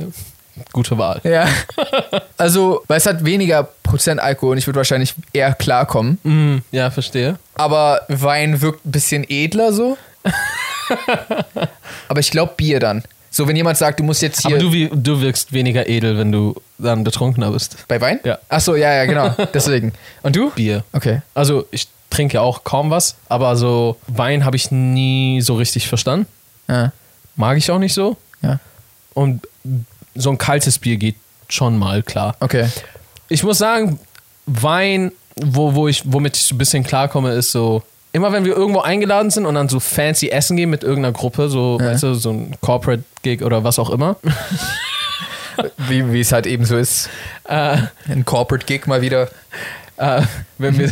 Speaker 2: gute Wahl.
Speaker 1: Ja. (laughs) Also, weil es hat weniger Prozent Alkohol und ich würde wahrscheinlich eher klarkommen.
Speaker 2: Mm, ja, verstehe.
Speaker 1: Aber Wein wirkt ein bisschen edler (laughs) so. Aber ich glaube Bier dann. So, wenn jemand sagt, du musst jetzt hier
Speaker 2: Aber du, wie- du wirkst weniger edel, wenn du dann betrunkener bist.
Speaker 1: bei Wein?
Speaker 2: Ja.
Speaker 1: Ach so, ja, ja, (laughs) genau. Deswegen. Und du?
Speaker 2: Bier.
Speaker 1: Okay.
Speaker 2: Also ich trinke auch kaum was, aber so Wein habe ich nie so richtig verstanden.
Speaker 1: Ja.
Speaker 2: Mag ich auch nicht so.
Speaker 1: ja.
Speaker 2: Und so ein kaltes Bier geht schon mal klar.
Speaker 1: Okay.
Speaker 2: Ich muss sagen, Wein, wo, wo ich, womit ich so ein bisschen klarkomme, ist so, immer wenn wir irgendwo eingeladen sind und dann so fancy essen gehen mit irgendeiner Gruppe, so,
Speaker 1: Ja.
Speaker 2: weißt du, so ein Corporate-Gig oder was auch immer. (laughs)
Speaker 1: Wie wie es halt eben so ist.
Speaker 2: Äh,
Speaker 1: Ein Corporate Gig mal wieder.
Speaker 2: äh, wenn (laughs) wir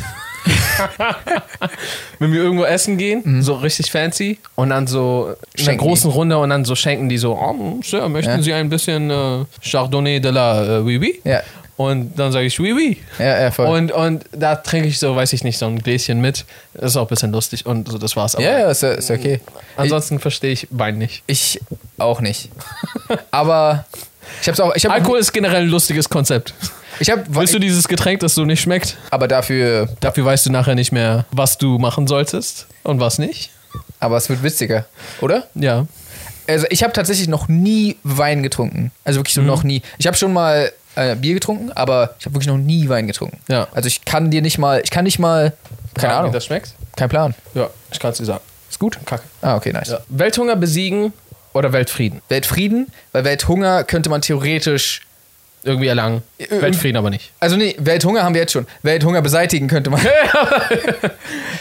Speaker 2: wenn wir irgendwo essen gehen, so richtig fancy und dann so in einer
Speaker 1: Mhm. Schenken
Speaker 2: großen Runde und dann so schenken die so, oh, Sir, möchten
Speaker 1: Ja.
Speaker 2: Sie ein bisschen äh, Chardonnay de la äh, Oui Oui?
Speaker 1: Ja.
Speaker 2: Und dann sage ich Oui Oui.
Speaker 1: Ja, ja, voll.
Speaker 2: Und, und da trinke ich so, weiß ich nicht, so ein Gläschen mit. Das ist auch ein bisschen lustig und so, das war's. Aber
Speaker 1: ja, ja, ist, ist okay.
Speaker 2: Ansonsten verstehe ich Wein nicht.
Speaker 1: Ich auch nicht. Aber ich hab's auch. Ich hab,
Speaker 2: Alkohol ist generell ein
Speaker 1: (laughs)
Speaker 2: lustiges Konzept.
Speaker 1: Ich hab,
Speaker 2: Willst du dieses Getränk, das so nicht schmeckt?
Speaker 1: aber dafür.
Speaker 2: Dafür weißt du nachher nicht mehr, was du machen solltest und was nicht.
Speaker 1: Aber es wird witziger, oder?
Speaker 2: Ja.
Speaker 1: Also ich habe tatsächlich noch nie Wein getrunken. Also wirklich so
Speaker 2: Mhm.
Speaker 1: noch nie. Ich habe schon mal äh, Bier getrunken, aber ich habe wirklich noch nie Wein getrunken.
Speaker 2: Ja.
Speaker 1: Also ich kann dir nicht mal. Ich kann nicht mal. Keine Ahnung.
Speaker 2: das schmeckt?
Speaker 1: Kein Plan.
Speaker 2: Ja, ich kann es dir sagen. Ist gut? Kacke.
Speaker 1: Ah, okay, nice.
Speaker 2: Welthunger besiegen oder Weltfrieden?
Speaker 1: Weltfrieden, weil Welthunger könnte man theoretisch.
Speaker 2: Irgendwie erlangen.
Speaker 1: Ir-
Speaker 2: Weltfrieden
Speaker 1: (laughs)
Speaker 2: aber nicht.
Speaker 1: Also nee, Welthunger haben wir jetzt schon. Welthunger beseitigen könnte
Speaker 2: (laughs)
Speaker 1: man.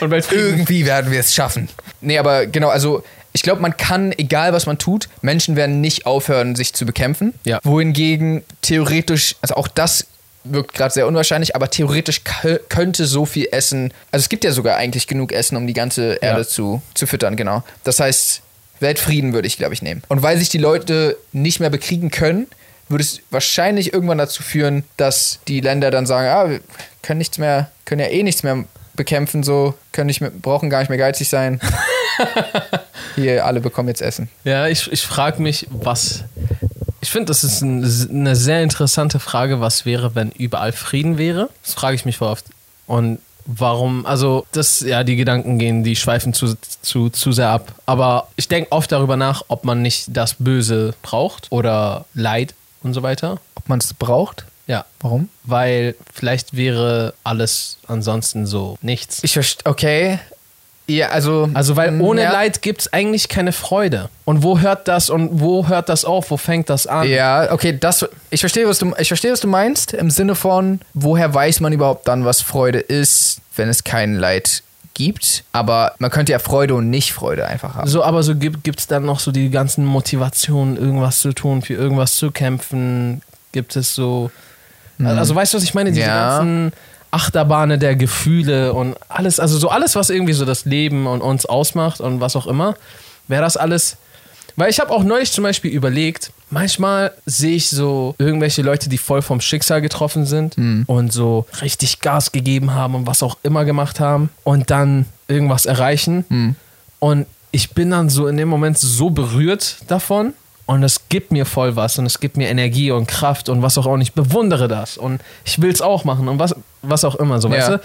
Speaker 2: Und Weltfrieden?
Speaker 1: Irgendwie werden wir es schaffen. Nee, aber genau, also ich glaube, man kann, egal was man tut, Menschen werden nicht aufhören, sich zu bekämpfen.
Speaker 2: Ja.
Speaker 1: Wohingegen theoretisch, also auch das wirkt gerade sehr unwahrscheinlich, aber theoretisch kö- könnte so viel Essen, also es gibt ja sogar eigentlich genug Essen, um die ganze Erde
Speaker 2: Ja.
Speaker 1: zu, zu füttern, genau. Das heißt, Weltfrieden würde ich, glaube ich, nehmen. Und weil sich die Leute nicht mehr bekriegen können, würde es wahrscheinlich irgendwann dazu führen, dass die Länder dann sagen, ah, wir können nichts mehr, können ja eh nichts mehr bekämpfen, so, können nicht mehr, brauchen gar nicht mehr geizig (laughs) sein. Hier, alle bekommen jetzt Essen.
Speaker 2: Ja, ich, ich frage mich, was. Ich finde, das ist ein, eine sehr interessante Frage, was wäre, wenn überall Frieden wäre. Das frage ich mich voll oft. Und warum, also, das, ja, die Gedanken gehen, die schweifen zu, zu, zu sehr ab. Aber ich denke oft darüber nach, ob man nicht das Böse braucht oder Leid und so weiter.
Speaker 1: Ob man es braucht?
Speaker 2: Ja,
Speaker 1: Warum?
Speaker 2: weil vielleicht wäre alles ansonsten so nichts.
Speaker 1: Ich verstehe, okay. Ja, also.
Speaker 2: Also weil ohne
Speaker 1: ja.
Speaker 2: Leid gibt es eigentlich keine Freude. Und wo hört das und wo hört das auf? Wo fängt das an?
Speaker 1: Ja, okay, das ich verstehe, was du ich verstehe, was du meinst im Sinne von woher weiß man überhaupt dann, was Freude ist, wenn es kein Leid gibt, aber man könnte ja Freude und nicht Freude einfach haben.
Speaker 2: So, aber so gibt es dann noch so die ganzen Motivationen, irgendwas zu tun, für irgendwas zu kämpfen. Gibt es so. Also weißt du, was ich meine? Diese
Speaker 1: Mhm. Ja.
Speaker 2: ganzen Achterbahne der Gefühle und alles, also so alles, was irgendwie so das Leben und uns ausmacht und was auch immer, wäre das alles. Weil ich habe auch neulich zum Beispiel überlegt, manchmal sehe ich so irgendwelche Leute, die voll vom Schicksal getroffen sind
Speaker 1: Mhm.
Speaker 2: und so richtig Gas gegeben haben und was auch immer gemacht haben und dann
Speaker 1: Mhm.
Speaker 2: irgendwas erreichen. Und ich bin dann so in dem Moment so berührt davon Und es gibt mir voll was und es gibt mir Energie und Kraft und was auch immer. Und ich bewundere das und ich will es auch machen und was, was auch immer, so
Speaker 1: Ja.
Speaker 2: weißt du?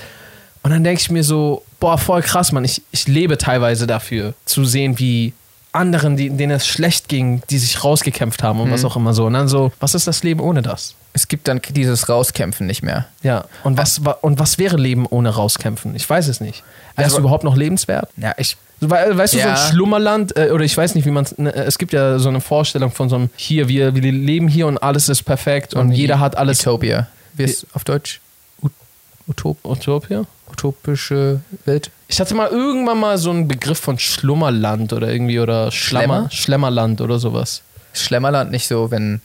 Speaker 2: Und dann denke ich mir so, boah, voll krass, Mann. Ich, ich lebe teilweise dafür, zu sehen, wie anderen, die, denen es schlecht ging, die sich rausgekämpft haben und was
Speaker 1: Mhm.
Speaker 2: auch immer so. Und dann so, was ist das Leben ohne das?
Speaker 1: Es gibt dann dieses Rauskämpfen nicht mehr.
Speaker 2: Ja. Und was, wa- und was wäre Leben ohne rauskämpfen? Ich weiß es nicht. Wäre
Speaker 1: Also-
Speaker 2: es überhaupt noch lebenswert?
Speaker 1: Ja, ich.
Speaker 2: So, Weil, weißt du, so
Speaker 1: Ja.
Speaker 2: ein Schlummerland, äh, oder ich weiß nicht, wie man es. Ne, es gibt ja so eine Vorstellung von so einem hier, wir, wir leben hier und alles ist perfekt und jeder hat alles.
Speaker 1: Utopia. Wie ist auf Deutsch? U- Utop
Speaker 2: Utopia?
Speaker 1: utopische Welt?
Speaker 2: Ich hatte mal irgendwann mal so einen Begriff von Schlummerland oder irgendwie oder Schlammer,
Speaker 1: Schlemmer?
Speaker 2: Schlemmerland oder sowas. (laughs)
Speaker 1: Schlemmerland nicht so, wenn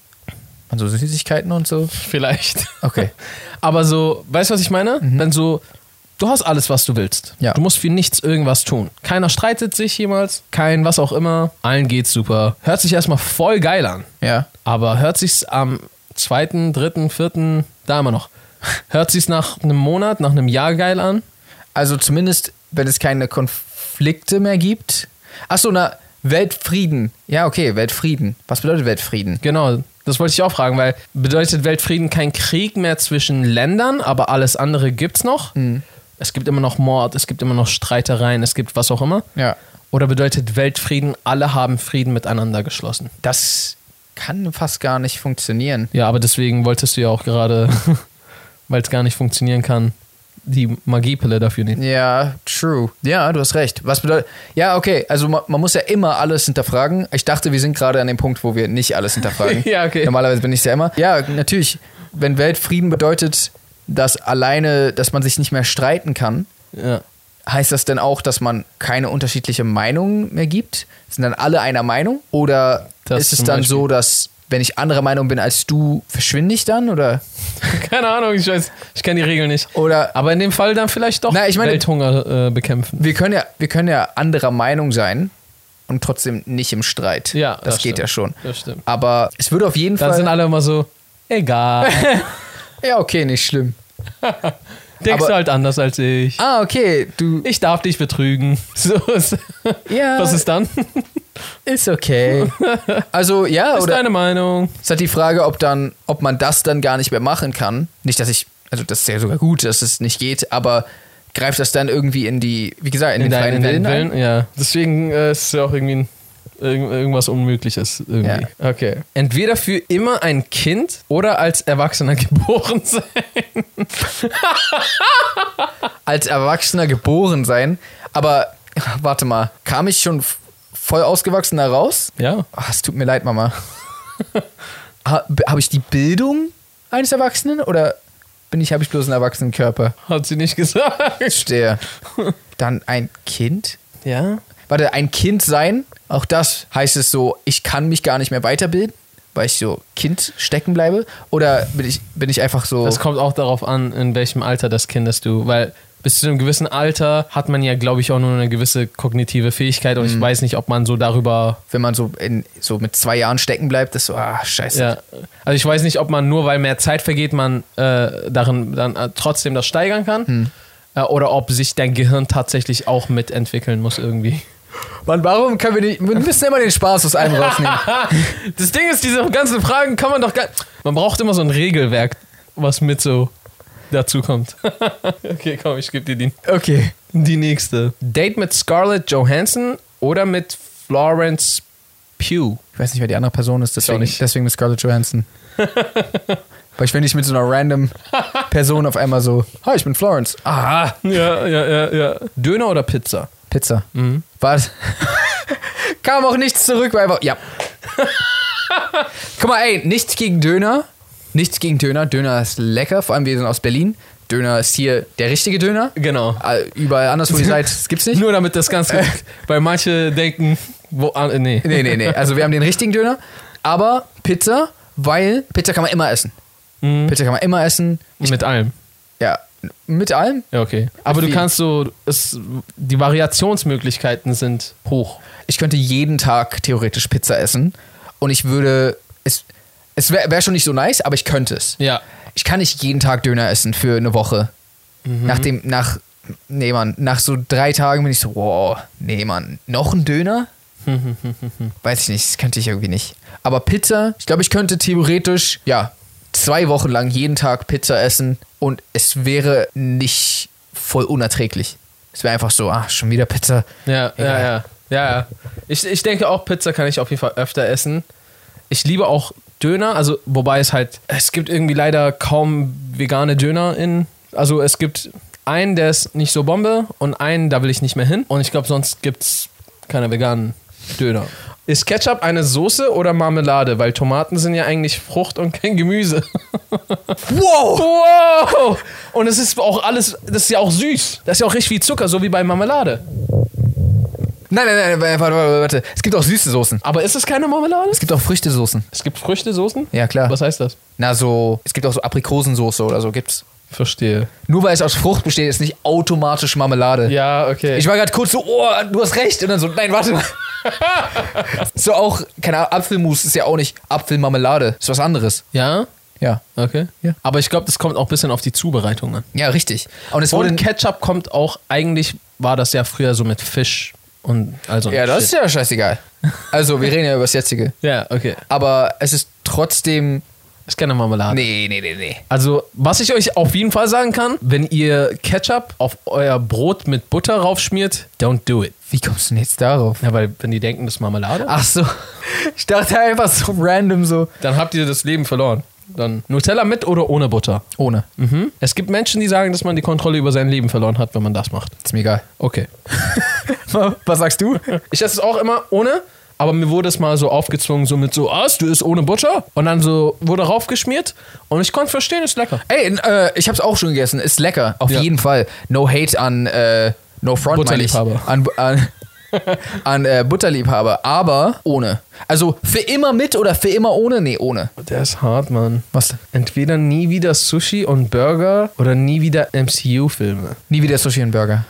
Speaker 1: man so Süßigkeiten und so.
Speaker 2: Vielleicht. (laughs)
Speaker 1: Okay.
Speaker 2: Aber so, weißt du, was ich meine? Wenn so, du hast alles, was du willst.
Speaker 1: Mhm. Ja.
Speaker 2: Du musst für nichts irgendwas tun. Keiner streitet sich jemals, kein was auch immer. Allen geht's super. Hört sich erstmal voll geil an.
Speaker 1: Ja.
Speaker 2: Aber hört sich's am zweiten, dritten, vierten, da immer noch. Hört sich's nach einem Monat, nach einem Jahr geil an?
Speaker 1: Also zumindest, wenn es keine Konflikte mehr gibt. Achso, na, Weltfrieden. Ja, okay, Weltfrieden. Was bedeutet Weltfrieden?
Speaker 2: Genau, das wollte ich auch fragen, weil bedeutet Weltfrieden kein Krieg mehr zwischen Ländern, aber alles andere gibt's noch? Es gibt immer noch Mord, es gibt immer noch Streitereien, es gibt was auch immer.
Speaker 1: Ja.
Speaker 2: Oder bedeutet Weltfrieden, alle haben Frieden miteinander geschlossen?
Speaker 1: Das kann fast gar nicht funktionieren.
Speaker 2: Ja, aber deswegen wolltest du ja auch gerade, (laughs) weil es gar nicht funktionieren kann, die Magiepille dafür nehmen.
Speaker 1: Ja, true. Ja, du hast recht. Was bedeutet. Ja, okay, also man, man muss ja immer alles hinterfragen. Ich dachte, wir sind gerade an dem Punkt, wo wir nicht alles hinterfragen.
Speaker 2: (laughs) Ja, okay.
Speaker 1: Normalerweise bin ich ja immer. Ja, natürlich. Wenn Weltfrieden bedeutet, dass alleine, dass man sich nicht mehr streiten kann,
Speaker 2: Ja. (laughs)
Speaker 1: heißt das denn auch, dass man keine unterschiedliche Meinung mehr gibt? Sind dann alle einer Meinung? Oder
Speaker 2: Das
Speaker 1: ist es
Speaker 2: zum
Speaker 1: dann
Speaker 2: Beispiel.
Speaker 1: so, dass wenn ich anderer Meinung bin als du, verschwinde ich dann? Oder,
Speaker 2: Keine Ahnung, ich weiß, ich kenne die Regeln nicht.
Speaker 1: oder
Speaker 2: Aber in dem Fall dann vielleicht doch
Speaker 1: Na, ich meine-
Speaker 2: Welthunger äh, bekämpfen.
Speaker 1: wir, können ja, wir können ja anderer Meinung sein und trotzdem nicht im Streit.
Speaker 2: Ja,
Speaker 1: das,
Speaker 2: das
Speaker 1: geht
Speaker 2: stimmt.
Speaker 1: ja schon.
Speaker 2: Das stimmt.
Speaker 1: Aber es würde auf jeden
Speaker 2: Dann sind
Speaker 1: Fall.
Speaker 2: alle immer so, egal.
Speaker 1: (laughs) Ja, okay, nicht schlimm.
Speaker 2: Denkst
Speaker 1: Aber-
Speaker 2: du halt anders als ich.
Speaker 1: Ah, okay, du.
Speaker 2: Ich darf dich betrügen. (laughs) So ist,
Speaker 1: Ja,
Speaker 2: was ist dann?
Speaker 1: ist
Speaker 2: (laughs)
Speaker 1: okay. Also, ja,
Speaker 2: ist
Speaker 1: oder?
Speaker 2: deine Meinung.
Speaker 1: Es ist halt die Frage, ob dann, ob man das dann gar nicht mehr machen kann. Nicht, dass ich, also das ist ja sogar gut, dass es nicht geht, aber greift das dann irgendwie in die, wie gesagt, in, den freien Willen, ein?
Speaker 2: ja. Deswegen äh, ist es ja auch irgendwie ein, irgend, irgendwas Unmögliches. Irgendwie. Okay. Entweder für immer ein Kind oder als Erwachsener (laughs) geboren sein.
Speaker 1: Als Erwachsener geboren sein, aber warte mal, kam ich schon f- voll ausgewachsen da raus?
Speaker 2: Ja.
Speaker 1: Ah, es tut mir leid, (laughs) Mama. ha, b- Habe ich die Bildung eines Erwachsenen oder bin ich, habe ich bloß einen Erwachsenenkörper?
Speaker 2: Hat sie nicht gesagt.
Speaker 1: (laughs) Verstehe. Dann ein Kind?
Speaker 2: Ja.
Speaker 1: warte, ein Kind sein, auch das heißt es so, ich kann mich gar nicht mehr weiterbilden, weil ich so Kind stecken bleibe? Oder bin ich, bin ich einfach so.
Speaker 2: Das kommt auch darauf an, in welchem Alter des Kindes du, weil bis zu einem gewissen Alter hat man ja, glaube ich, auch nur eine gewisse kognitive Fähigkeit und ich weiß nicht, ob man so darüber,
Speaker 1: wenn man so, in, so mit zwei Jahren stecken bleibt, ist so, ah, scheiße.
Speaker 2: ja, also ich weiß nicht, ob man nur, weil mehr Zeit vergeht, man äh, darin dann äh, trotzdem das steigern kann äh, oder ob sich dein Gehirn tatsächlich auch mitentwickeln muss irgendwie.
Speaker 1: Mann, warum können wir nicht. Wir müssen immer den Spaß aus einem
Speaker 2: (laughs)
Speaker 1: rausnehmen.
Speaker 2: Das Ding ist, diese ganzen Fragen kann man doch gar, man braucht immer so ein Regelwerk, was mit so dazu kommt. (laughs) okay, komm, ich gebe dir die
Speaker 1: Okay.
Speaker 2: Die nächste. Date mit Scarlett Johansson oder mit Florence Pugh?
Speaker 1: Ich weiß nicht, wer die andere Person ist, deswegen,
Speaker 2: nicht.
Speaker 1: deswegen mit Scarlett
Speaker 2: (laughs)
Speaker 1: Johansson. weil ich will nicht mit so einer random Person auf einmal so, hi, ich bin Florence. Ah,
Speaker 2: Ja, ja, ja, ja. Döner oder Pizza?
Speaker 1: Pizza. Was? Kam auch nichts zurück, weil einfach. Ja. Guck mal, ey, nichts gegen Döner. Nichts gegen Döner. Döner ist lecker, vor allem wir sind aus Berlin. Döner ist hier der richtige Döner.
Speaker 2: Genau.
Speaker 1: Äh, Überall anders, wo ihr seid, das gibt's
Speaker 2: (laughs)
Speaker 1: nicht.
Speaker 2: Nur damit das Ganze, (laughs) weil manche denken, wo, ah, äh, nee.
Speaker 1: Nee, nee, nee. Also wir haben den richtigen Döner. Aber Pizza, weil Pizza kann man immer essen. Pizza kann man immer essen.
Speaker 2: Mit allem.
Speaker 1: Ja, mit allem.
Speaker 2: Ja, okay. Aber du
Speaker 1: viel.
Speaker 2: kannst so, es, die Variationsmöglichkeiten sind hoch.
Speaker 1: ich könnte jeden Tag theoretisch Pizza essen und ich würde es es wäre wär schon nicht so nice, aber ich könnte es.
Speaker 2: Ja.
Speaker 1: Ich kann nicht jeden Tag Döner essen für eine Woche.
Speaker 2: Mhm.
Speaker 1: Nach dem nach nee Mann, nach so drei Tagen bin ich
Speaker 2: (laughs)
Speaker 1: so wow, nee Mann, noch ein Döner? Weiß ich nicht, das könnte ich irgendwie nicht. Aber Pizza, ich glaube, ich könnte theoretisch, ja, zwei Wochen lang jeden Tag Pizza essen und es wäre nicht voll unerträglich. Es wäre einfach so, ah, schon wieder Pizza.
Speaker 2: Ja, ja,
Speaker 1: Egal.
Speaker 2: ja. ja, ja. Ich, ich denke auch, Pizza kann ich auf jeden Fall öfter essen. Ich liebe auch Döner, also wobei es halt, es gibt irgendwie leider kaum vegane Döner in. Also es gibt einen, der ist nicht so Bombe und einen, da will ich nicht mehr hin. Und ich glaube, sonst gibt es keine veganen Döner. Ist Ketchup eine Soße oder Marmelade? Weil Tomaten sind ja eigentlich Frucht und kein Gemüse.
Speaker 1: Wow!
Speaker 2: Wow! Und es ist auch alles, das ist ja auch süß. Das ist ja auch richtig wie Zucker, so wie bei Marmelade.
Speaker 1: Nein, nein, nein, warte, warte, warte, warte. Es gibt auch süße Soßen.
Speaker 2: Aber ist es keine Marmelade?
Speaker 1: Es gibt auch Früchtesoßen.
Speaker 2: Es gibt Früchtesoßen?
Speaker 1: Ja, klar.
Speaker 2: Was heißt das?
Speaker 1: Na, so, es gibt auch so Aprikosensoße oder so, gibt's.
Speaker 2: Verstehe.
Speaker 1: Nur weil es aus Frucht besteht, ist nicht automatisch Marmelade.
Speaker 2: Ja, okay.
Speaker 1: Ich war gerade kurz so, oh, du hast recht. Und dann so, nein, warte
Speaker 2: (laughs)
Speaker 1: mal. so auch, keine Ahnung, Apfelmus ist ja auch nicht Apfelmarmelade. Ist was anderes.
Speaker 2: ja?
Speaker 1: Ja.
Speaker 2: Okay.
Speaker 1: Ja.
Speaker 2: Aber ich glaube, das kommt auch ein bisschen auf die Zubereitung an.
Speaker 1: Ja, richtig. Und es
Speaker 2: Und
Speaker 1: wurde.
Speaker 2: Ketchup kommt auch, eigentlich war das ja früher so mit Fisch und also.
Speaker 1: Ja, das ist ja scheißegal. Also, wir reden ja über das jetzige.
Speaker 2: Ja, okay.
Speaker 1: Aber es ist trotzdem.
Speaker 2: Ist keine Marmelade.
Speaker 1: Nee, nee, nee, nee.
Speaker 2: Also, was ich euch auf jeden Fall sagen kann, wenn ihr Ketchup auf euer Brot mit Butter raufschmiert, don't do it.
Speaker 1: Wie kommst du denn jetzt darauf?
Speaker 2: Ja, weil wenn die denken, das ist Marmelade,
Speaker 1: Ach so. Ich dachte einfach so random so.
Speaker 2: dann habt ihr das Leben verloren. Dann Nutella mit oder ohne Butter?
Speaker 1: Ohne.
Speaker 2: Mhm. Es gibt Menschen, die sagen, dass man die Kontrolle über sein Leben verloren hat, wenn man das macht.
Speaker 1: Ist mir
Speaker 2: (laughs)
Speaker 1: egal.
Speaker 2: Okay.
Speaker 1: Was sagst du?
Speaker 2: Ich esse es auch immer ohne, aber mir wurde es mal so aufgezwungen, so mit so, ah, du isst ohne Butter? Und dann so wurde raufgeschmiert und ich konnte verstehen, ist lecker.
Speaker 1: Ey, n- äh, ich hab's auch schon gegessen. Ist lecker. Auf
Speaker 2: Ja.
Speaker 1: jeden Fall. No hate an äh, No Front, meine ich.
Speaker 2: Butterliebhaber.
Speaker 1: An, Bu-
Speaker 2: (laughs)
Speaker 1: an, an äh, Butterliebhaber. Aber ohne. Also für immer mit oder für immer ohne? Nee, ohne.
Speaker 2: Der ist hart, Mann.
Speaker 1: Was?
Speaker 2: Entweder nie wieder Sushi und Burger oder nie wieder MCU-Filme.
Speaker 1: Nie wieder Sushi und Burger.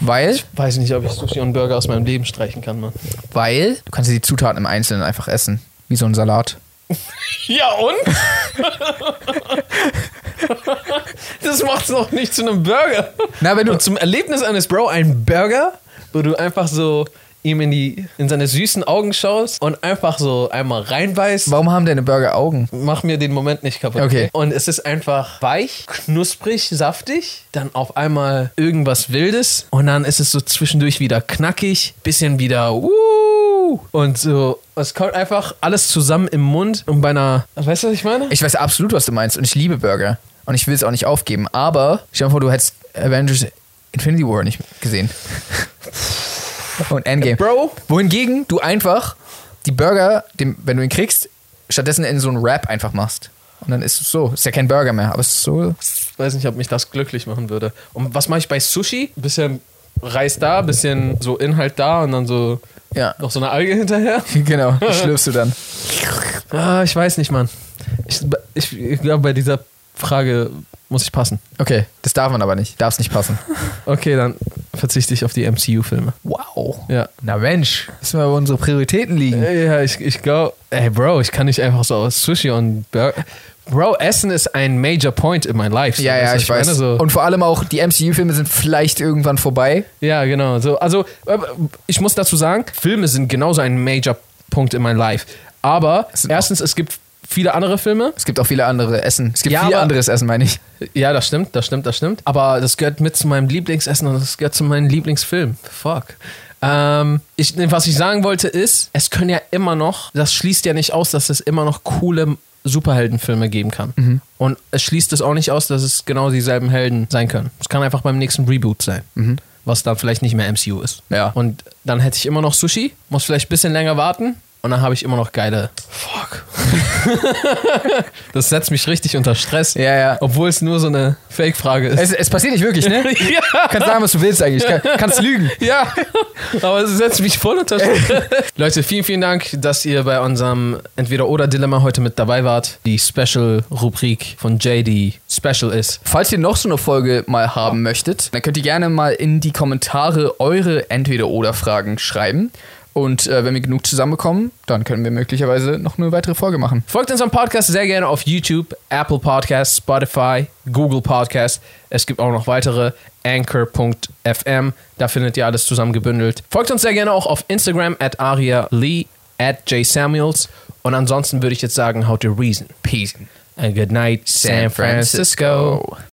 Speaker 1: Weil,
Speaker 2: Weiß nicht, ob ich Sushi und Burger aus meinem Leben streichen kann, Mann.
Speaker 1: weil, du kannst ja die Zutaten im Einzelnen einfach essen. Wie so ein Salat.
Speaker 2: Ja und? (laughs) das macht's noch nicht zu einem Burger.
Speaker 1: Na, wenn du.
Speaker 2: Und zum Erlebnis eines Bro ein Burger, wo du einfach so ihm in, die, in seine süßen Augen schaust und einfach so einmal reinbeißt.
Speaker 1: Warum haben deine Burger Augen?
Speaker 2: Mach mir den Moment nicht kaputt.
Speaker 1: Okay.
Speaker 2: Und es ist einfach weich, knusprig, saftig, dann auf einmal irgendwas Wildes und dann ist es so zwischendurch wieder knackig, bisschen wieder uh, und so. Es kommt einfach alles zusammen im Mund und bei einer. Weißt du, was ich meine?
Speaker 1: Ich weiß absolut, was du meinst. Und ich liebe Burger. Und ich will es auch nicht aufgeben. Aber stell dir vor, du hättest Avengers Infinity War nicht (laughs) gesehen. Und Endgame.
Speaker 2: Bro,
Speaker 1: Wohingegen du einfach die Burger, dem, wenn du ihn kriegst, stattdessen in so einen Wrap einfach machst. Und dann ist es so. Ist ja kein Burger mehr, aber es ist so.
Speaker 2: weiß nicht, ob mich das glücklich machen würde. Und was mache ich bei Sushi? Bisschen Reis da, bisschen so Inhalt da und dann so
Speaker 1: Ja, (laughs)
Speaker 2: noch so eine Alge (laughs) hinterher.
Speaker 1: genau. die Schlürfst du dann.
Speaker 2: Ah, ich weiß nicht, Mann. Ich, ich, ich glaube, bei dieser Frage muss ich passen.
Speaker 1: Okay, das darf man aber nicht. Darf es nicht passen.
Speaker 2: Okay, dann verzichte ich auf die MCU-Filme.
Speaker 1: Wow.
Speaker 2: Ja.
Speaker 1: Na Mensch, müssen wir wo unsere Prioritäten liegen.
Speaker 2: Äh, Ja, ich, ich glaube, ey, Bro, ich kann nicht einfach so aus Sushi und Burger. Bro, Essen ist ein major point in my life. So,
Speaker 1: Ja,
Speaker 2: weißt
Speaker 1: ja,
Speaker 2: du, was
Speaker 1: ich weiß.
Speaker 2: meine? So,
Speaker 1: Und vor allem auch, die MCU-Filme sind vielleicht irgendwann vorbei.
Speaker 2: Ja, genau. So, also, äh, ich muss dazu sagen, Filme sind genauso ein Major-Punkt in meinem Life. Aber
Speaker 1: sind auch-
Speaker 2: erstens, es gibt viele andere Filme.
Speaker 1: Es gibt auch viele andere Essen. Es gibt
Speaker 2: Ja,
Speaker 1: viel
Speaker 2: aber-
Speaker 1: anderes Essen, meine ich.
Speaker 2: Ja, das stimmt, das stimmt, das stimmt. Aber das gehört mit zu meinem Lieblingsessen und das gehört zu meinem Lieblingsfilm. Fuck. Ähm, ich, nee, was ich sagen wollte ist, es können ja immer noch, das schließt ja nicht aus, dass es immer noch coole Superheldenfilme geben kann.
Speaker 1: Mhm.
Speaker 2: Und es schließt es auch nicht aus, dass es genau dieselben Helden sein können. Es kann einfach beim nächsten Reboot sein. Was dann vielleicht nicht mehr MCU ist.
Speaker 1: Mhm. Ja.
Speaker 2: Und dann hätte ich immer noch Sushi, muss vielleicht ein bisschen länger warten und dann habe ich immer noch geile. Fuck. (laughs) das setzt mich richtig unter Stress.
Speaker 1: Ja, ja.
Speaker 2: Obwohl es nur so eine Fake-Frage ist.
Speaker 1: Oh, Es, es passiert nicht
Speaker 2: (laughs)
Speaker 1: wirklich, (laughs) ne?
Speaker 2: ja.
Speaker 1: Kannst sagen, was du willst eigentlich. Kann, kannst lügen.
Speaker 2: Ja, aber es setzt mich voll unter Stress. Leute, vielen, vielen Dank, dass ihr bei unserem Entweder-Oder-Dilemma heute mit dabei wart. Die Special-Rubrik von JD Special ist.
Speaker 1: Falls ihr noch so eine Folge mal haben möchtet, dann könnt ihr gerne mal in die Kommentare eure Entweder-Oder-Fragen schreiben. Und äh, wenn wir genug zusammenbekommen, dann können wir möglicherweise noch eine weitere Folge machen.
Speaker 2: Folgt unserem Podcast sehr gerne auf YouTube, Apple Podcasts, Spotify, Google Podcasts. Es gibt auch noch weitere. Anchor.fm. Da findet ihr alles zusammen gebündelt. Folgt uns sehr gerne auch auf Instagram at Aria Lee, at J Samuels. Und ansonsten würde ich jetzt sagen, how to reason. Peace. And good night, San Francisco.